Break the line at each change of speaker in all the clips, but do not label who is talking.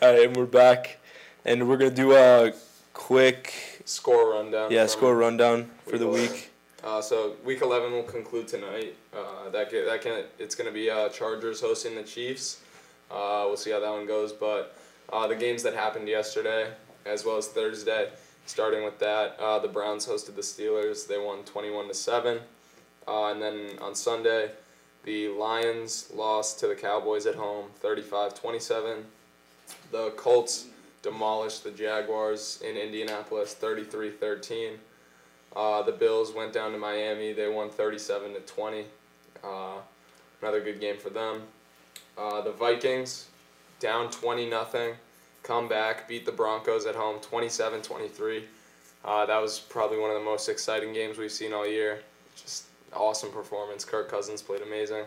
All right, and we're back, and we're gonna do a quick
Score rundown.
yeah
from-
score rundown for the
Week
week.
Uh, so week eleven will conclude tonight. Uh, that get, that can it's gonna be uh, Chargers hosting the Chiefs. Uh, we'll see how that one goes, but uh, the games that happened yesterday, as well as Thursday, starting with that, uh, the Browns hosted the Steelers. They won twenty one to seven, uh, and then on Sunday, the Lions lost to the Cowboys at home, 35-27. The Colts demolished the Jaguars in Indianapolis, 33-13. Uh, the Bills went down to Miami. They won 37 to 20. Uh, another good game for them. Uh, the Vikings down 20 nothing, come back, beat the Broncos at home 27-23. Uh, that was probably one of the most exciting games we've seen all year. Just awesome performance. Kirk Cousins played amazing.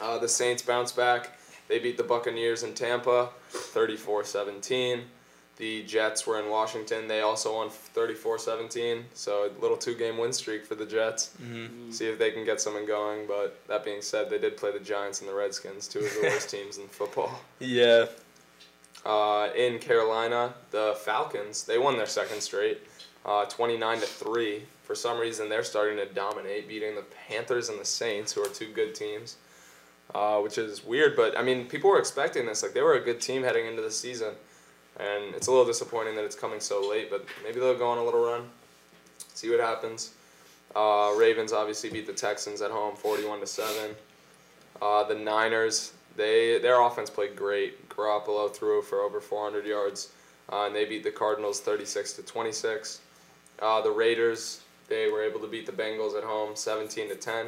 Uh, the Saints bounce back. They beat the Buccaneers in Tampa 34-17. The Jets were in Washington. They also won 34-17, so a little two-game win streak for the Jets. Mm-hmm. See if they can get something going. But that being said, they did play the Giants and the Redskins, two of the worst teams in football.
Yeah,
Uh, in Carolina, the Falcons they won their second straight, uh, twenty nine to three. For some reason, they're starting to dominate, beating the Panthers and the Saints, who are two good teams, uh, which is weird. But I mean, people were expecting this. Like they were a good team heading into the season, and it's a little disappointing that it's coming so late. But maybe they'll go on a little run, see what happens. Uh, Ravens obviously beat the Texans at home, forty one to seven. Uh, the Niners, they their offense played great. Garoppolo threw for over 400 yards, uh, and they beat the Cardinals 36 to 26. Uh, the Raiders, they were able to beat the Bengals at home 17 to 10.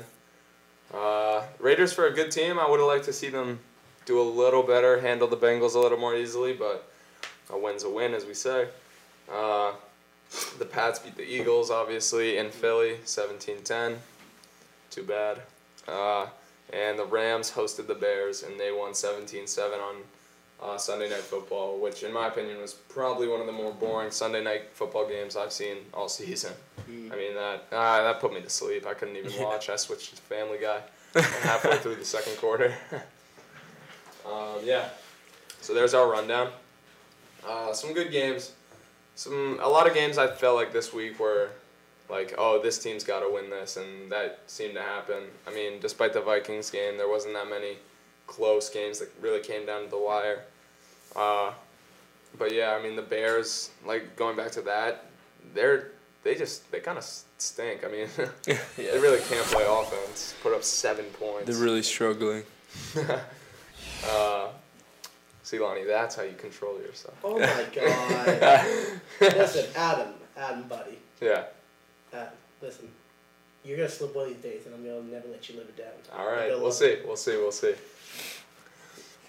Uh, Raiders for a good team. I would have liked to see them do a little better, handle the Bengals a little more easily, but a win's a win, as we say. Uh, the Pats beat the Eagles, obviously, in Philly 17 10. Too bad. Uh, and the Rams hosted the Bears, and they won 17-7 on uh, Sunday Night Football, which, in my opinion, was probably one of the more boring Sunday Night Football games I've seen all season. I mean, that ah, that put me to sleep. I couldn't even watch. I switched to Family Guy halfway through the second quarter. um, yeah, so there's our rundown. Uh, some good games. Some a lot of games I felt like this week were like, oh, this team's got to win this, and that seemed to happen. I mean, despite the Vikings game, there wasn't that many close games that really came down to the wire. Uh, but yeah, I mean, the Bears, like going back to that, they're they just they kind of stink. I mean, they really can't play offense. Put up seven points.
they're really struggling.
uh, see, Lonnie, that's how you control yourself.
Oh my god. listen, Adam, Adam, buddy,
Yeah.
Adam, listen. You're gonna slip one of these days, and I'm gonna never let you live it down.
All right,
Good
we'll
luck.
see. We'll see. We'll see.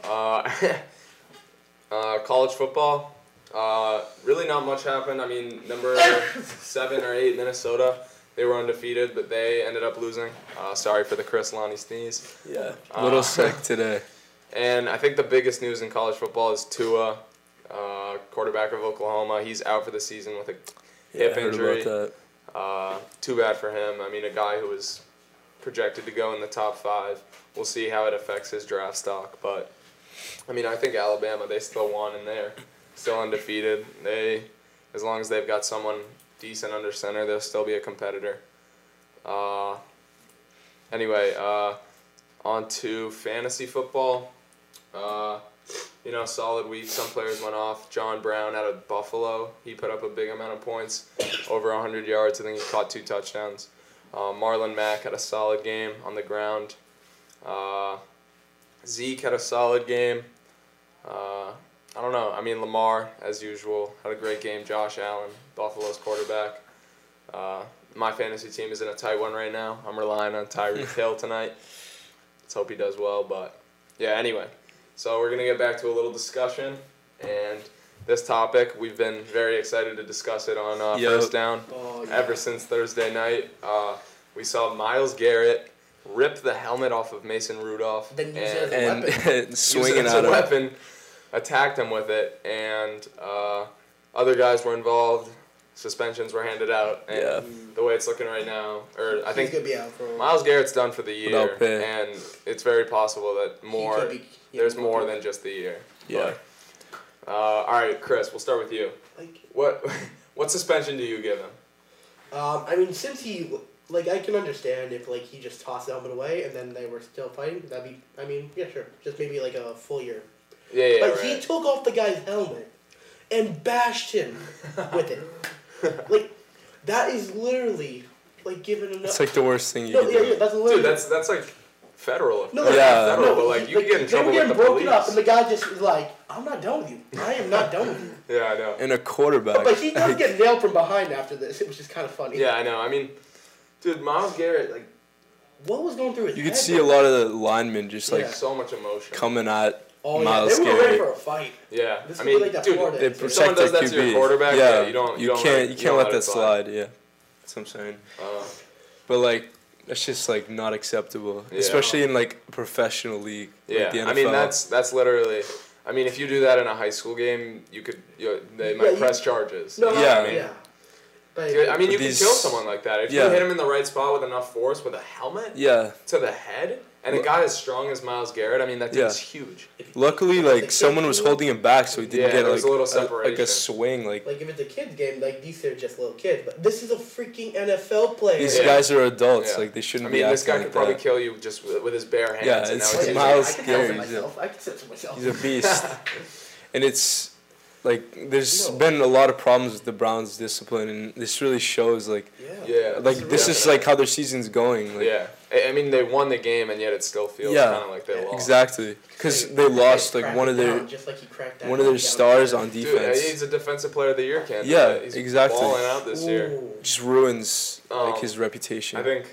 Uh, uh, college football. Uh, really, not much happened. I mean, number seven or eight, Minnesota. They were undefeated, but they ended up losing. Uh, sorry for the Chris Lonnie sneeze.
Yeah, little
Uh,
sick today.
And I think the biggest news in college football is Tua, uh, quarterback of Oklahoma. He's out for the season with a
Yeah,
hip
I heard
injury.
about that.
Uh, too bad for him. I mean, a guy who was projected to go in the top five. We'll see how it affects his draft stock. But, I mean, I think Alabama, they still won in there. Still undefeated. They, as long as they've got someone decent under center, they'll still be a competitor. Uh, anyway, uh, on to fantasy football. Uh, you know, solid week. Some players went off. John Brown out of Buffalo, he put up a big amount of points, over 100 yards. I think he caught two touchdowns. Uh, Marlon Mack had a solid game on the ground. Uh, Zeke had a solid game. Uh, I don't know. I mean, Lamar, as usual, had a great game. Josh Allen, Buffalo's quarterback. Uh, my fantasy team is in a tight one right now. I'm relying on Tyreek Hill tonight. Let's hope he does well. But yeah, anyway. So we're gonna get back to a little discussion, and this topic we've been very excited to discuss it on uh,
Yo.
first down.
Oh, yeah.
Ever since Thursday night, uh, we saw Miles Garrett rip the helmet off of Mason Rudolph
Then use it
and
as a
And, and
use it
swinging
as
at
a
him.
weapon, attacked him with it, and uh, other guys were involved. Suspensions were handed out, and
Yeah.
the way it's looking right now, or I
He's
think
gonna be out for a while.
Miles Garrett's done for the year,
Without pay.
and it's very possible that
He
more
could be- yeah,
there's
he
more
could be-
than just the year.
Yeah.
But, Uh, all right, Chris, we'll start with you.
Like,
What what suspension do you give him?
um, I mean, since he, like, I can understand if like he just tossed the helmet away and then they were still fighting. That'd be, I mean, yeah, sure, just maybe like a full year.
Yeah, yeah,
but he
right.
took off the guy's helmet and bashed him with it. Like, that is literally like giving him.
It's like the worst thing you
no,
could
yeah,
do.
yeah, that's literally.
Dude, that's that's like federal.
No,
or not
Yeah.
federal, but
he-
like you could get in
they
trouble
were
with
getting
the
broken
police.
up, and the guy just was like, "I'm not done with you. I am not done with you."
yeah, I know.
And a quarterback.
But he does get nailed from behind after this, which is kind of funny.
Yeah, I know. I mean, dude, Miles Garrett like
What was going through his
you
head?
could see a lot of the linemen just like
Yeah.
so much emotion.
coming at
Oh, yeah,
Miles
they were ready
Garrett.
for a fight.
yeah,
This
I
would
mean,
be like that
dude,
Florida.
They
If
protect
someone does
their
that to your
QB.
quarterback,
yeah.
yeah, you don't- you
You
don't let
can't.
it-
you
you
can't
don't
let,
let it
that
slide.
slide. Yeah. That's what I'm saying.
uh,
But like, that's just like not acceptable,
Yeah.
especially in like a professional league.
yeah.
Like the NFL.
I mean, that's that's literally. I mean, if you do that in a high school game, you could you, they
Yeah,
might
you-
press charges.
No, no,
Yeah,
I mean-
yeah. But
Dude, I mean, you
These-
can kill someone like that if
Yeah.
you hit him in the right spot with enough force with a helmet
yeah.
to the head, and a
Well-
guy as strong as Miles Garrett. I mean, that
Yeah.
dude's huge.
Luckily,
Like,
like someone was
if you-
holding him back, so he didn't
Yeah,
get
there
like
was a little
like
separation.
a swing. Like
like if it's a kids game, like these are just little kids. But this is a freaking NFL player.
these
Yeah.
guys are adults.
Yeah.
Like they shouldn't
I mean,
be
this guy
acting
could
like
probably kill you just with, with his bare hands.
Yeah,
and
it's
now he's
Like,
Miles
I can handle
Garrett, he's a-
myself. I can censor myself.
He's a beast, and it's like there's
No.
been a lot of problems with the Browns' discipline, and this really shows. Like
yeah.
Yeah.
like this is like how their season's going. Like,
yeah. I, I mean, they won the game, and yet it still feels
Yeah,
kind of like they
yeah,
lost.
Exactly, because they
Like,
lost
crack
like one
it
of their
down, just like he cracked that
one of their
down.
stars on
Dude, uh,
defense.
he's a defensive player of the year candidate.
Yeah,
he's
exactly.
Balling out this year.
Ooh.
just ruins like
Um,
his reputation.
I think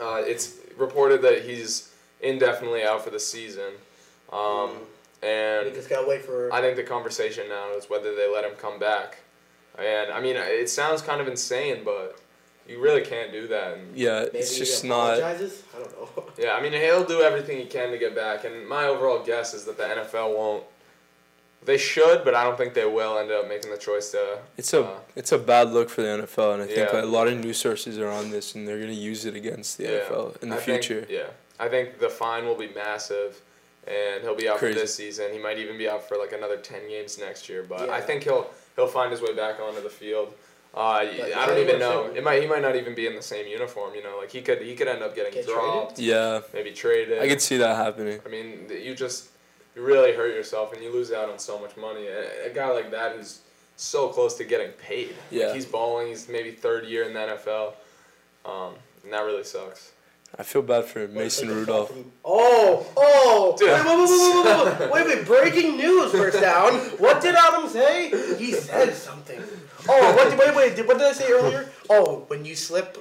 uh, it's reported that he's indefinitely out for the season, um,
We
and
just gotta wait for.
I think the conversation now is whether they let him come back. And I mean, it sounds kind of insane, but you really can't do that. And,
yeah,
maybe
it's
he
just not.
apologizes? I don't know.
yeah, I mean, he'll do everything he can to get back. And my overall guess is that the NFL won't. They should, but I don't think they will end up making the choice to.
It's a
uh,
it's a bad look for the NFL, and I think
Yeah.
a lot of news sources are on this, and they're gonna use it against the
Yeah.
NFL in the
I think-
future.
yeah, I think the fine will be massive, and he'll be out
Crazy.
for this season. He might even be out for like another ten games next year. But I
Yeah.
think he'll he'll find his way back onto the field. Uh, y-
But
I don't even
Taylor
know.
said-
It might he might not even be in the same uniform. You know, like he could he could end up getting
Get
dropped,
yeah,
maybe traded.
I could see that happening.
I mean, th- you just you really hurt yourself and you lose out on so much money. A, a guy like that who's so close to getting paid. Like,
Yeah.
he's balling. He's maybe third year in the NFL. Um, and that really sucks.
I feel bad for Mason Rudolph.
Oh, oh!
Dude.
Wait, wait, wait, wait, wait, wait, wait, wait, Breaking news, first down. What did Adam say? He said something. Oh, what, did- wait, wait, did, what did I say earlier? Oh, when you slip.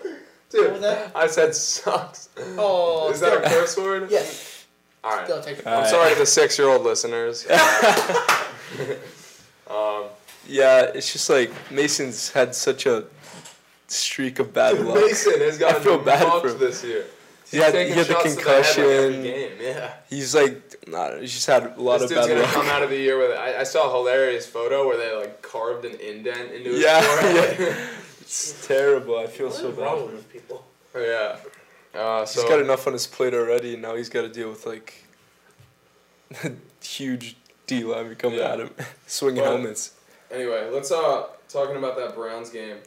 What was that?
I said sucks.
Oh,
Is that a
still-
curse word?
Yes.
All right.
Still technical.
Uh,
I'm sorry to the six-year-old listeners. Um.
Yeah, it's just like Mason's had such a streak of bad luck.
Mason has gotten
I feel bad
mocked
for him.
this year.
he had, he
Taking
had the
shots to head, like, every
concussion.
game, yeah.
he's like, nah, he's just had a lot
This
of
dude's
bad
gonna
luck.
come out of the year with. I, I saw a hilarious photo where they like carved an indent into his
Yeah,
forehead.
It's terrible. I feel
What
so
is
bad.
wrong with these people?
Yeah. Uh, so
He's got enough on his plate already, and now he's got to deal with like a huge D lineman coming
Yeah.
at him, swinging
Well-
helmets.
anyway, let's uh talking about that Browns game.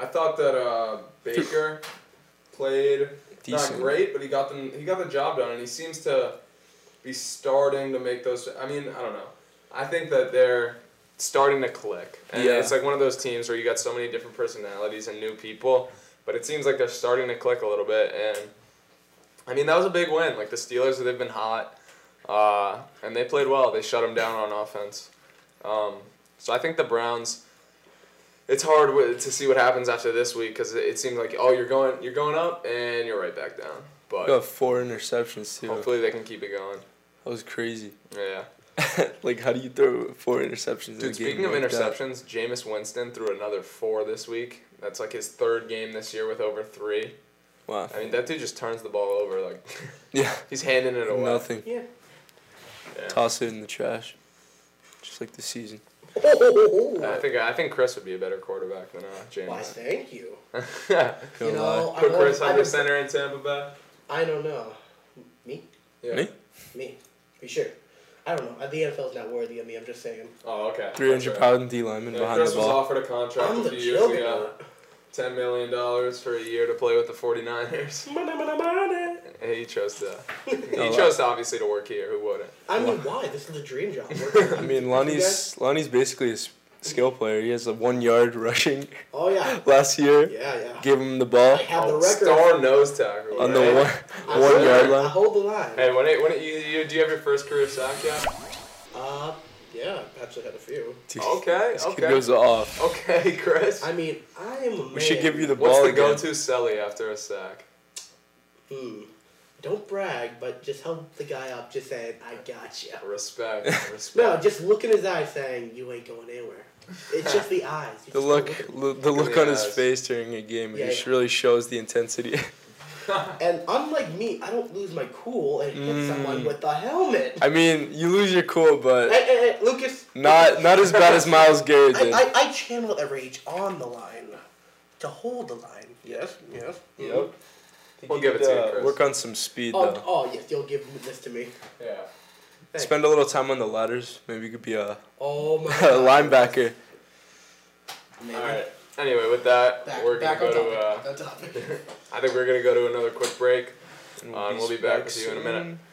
I thought that uh, Baker played
Decent.
not great, but he got them. He got the job done, and he seems to be starting to make those. I mean, I don't know. I think that they're starting to click, and
Yeah.
it's like one of those teams where you got so many different personalities and new people, but it seems like they're starting to click a little bit. And I mean, that was a big win. Like the Steelers, they've been hot, uh, and they played well. They shut them down on offense. Um, so I think the Browns. It's hard wi- to see what happens after this week because it, it seems like oh you're going you're going up and you're right back down. But
Got four interceptions too.
hopefully they can keep it going.
That was crazy.
Yeah.
like, how do you throw four interceptions? in a
Dude, speaking
game
of
like that?
interceptions, Jameis Winston threw another four this week. That's like his third game this year with over three.
wow.
I mean, that dude just turns the ball over like
Yeah,
he's handing it away.
nothing.
Yeah.
Yeah.
Toss it in the trash, just like the season.
Oh, oh, oh,
I
oh.
think I think Chris would be a better quarterback than uh,
Why,
Jameis.
thank you.
Gonna
You
lie.
know, I,
Put Chris
I,
under center in Tampa Bay.
I don't know. Me?
Yeah.
Me?
Me. Are you sure? I don't know. The NFL's not worthy of me. I'm just saying.
Oh, okay.
Three hundred pound D lineman
Yeah,
behind
Chris
the
was
ball.
offered a contract
I'm
a
the
few years ago.
juggernaut.
Ten million dollars for a year to play with the 49ers.
Money, money, money.
And he chose to.
Oh,
He chose to obviously to work here. Who wouldn't?
I mean, why? This is a dream job.
I mean, Lonnie's Lonnie's basically a s- skill player. He has a one yard rushing
oh yeah,
last year.
yeah, yeah.
Give him the ball
I have the
Oh,
record
Star nose tackle.
on the
right?
one
I
one
hold-
yard
I
line.
hold the line.
Hey, when it, when it, you, you do you have your first career sack yet?
Uh, yeah, I've actually had a few.
Dude,
Okay,
This kid
okay,
goes off.
okay, Chris.
I mean, I am a man.
We should give you the
What's
ball
the
again.
go-to celly after a sack?
Hmm. Don't brag, but just help the guy up. Just saying, I got you.
Respect,
No,
respect.
just look in his eyes, saying you ain't going anywhere. It's just the eyes. You
The
just
look,
gotta
l- the look on his
Yes.
face during a game, it
Yeah,
just
yeah.
really shows the intensity.
at- And unlike me, I don't lose my cool and hit someone
Mm.
with the helmet.
I mean, you lose your cool, but
Hey, hey, hey, Lucas.
not not as bad as Miles Garrett
I,
did.
I, I channel that rage on the line to hold the line. Yes, yes.
Yep. We'll give it to you, Chris.
uh, Work on some speed
Oh,
though.
oh, yes, you'll give this to me.
Yeah.
Hey.
Spend a little time on the ladders. Maybe you could be a,
Oh my
a
God.
linebacker.
Maybe.
All right. Anyway, with that,
Back,
we're gonna
back on
go to.
topic.
Uh,
on topic.
I think we're gonna go to another quick break.
And
Uh, and we'll be back with you in a
soon.
minute.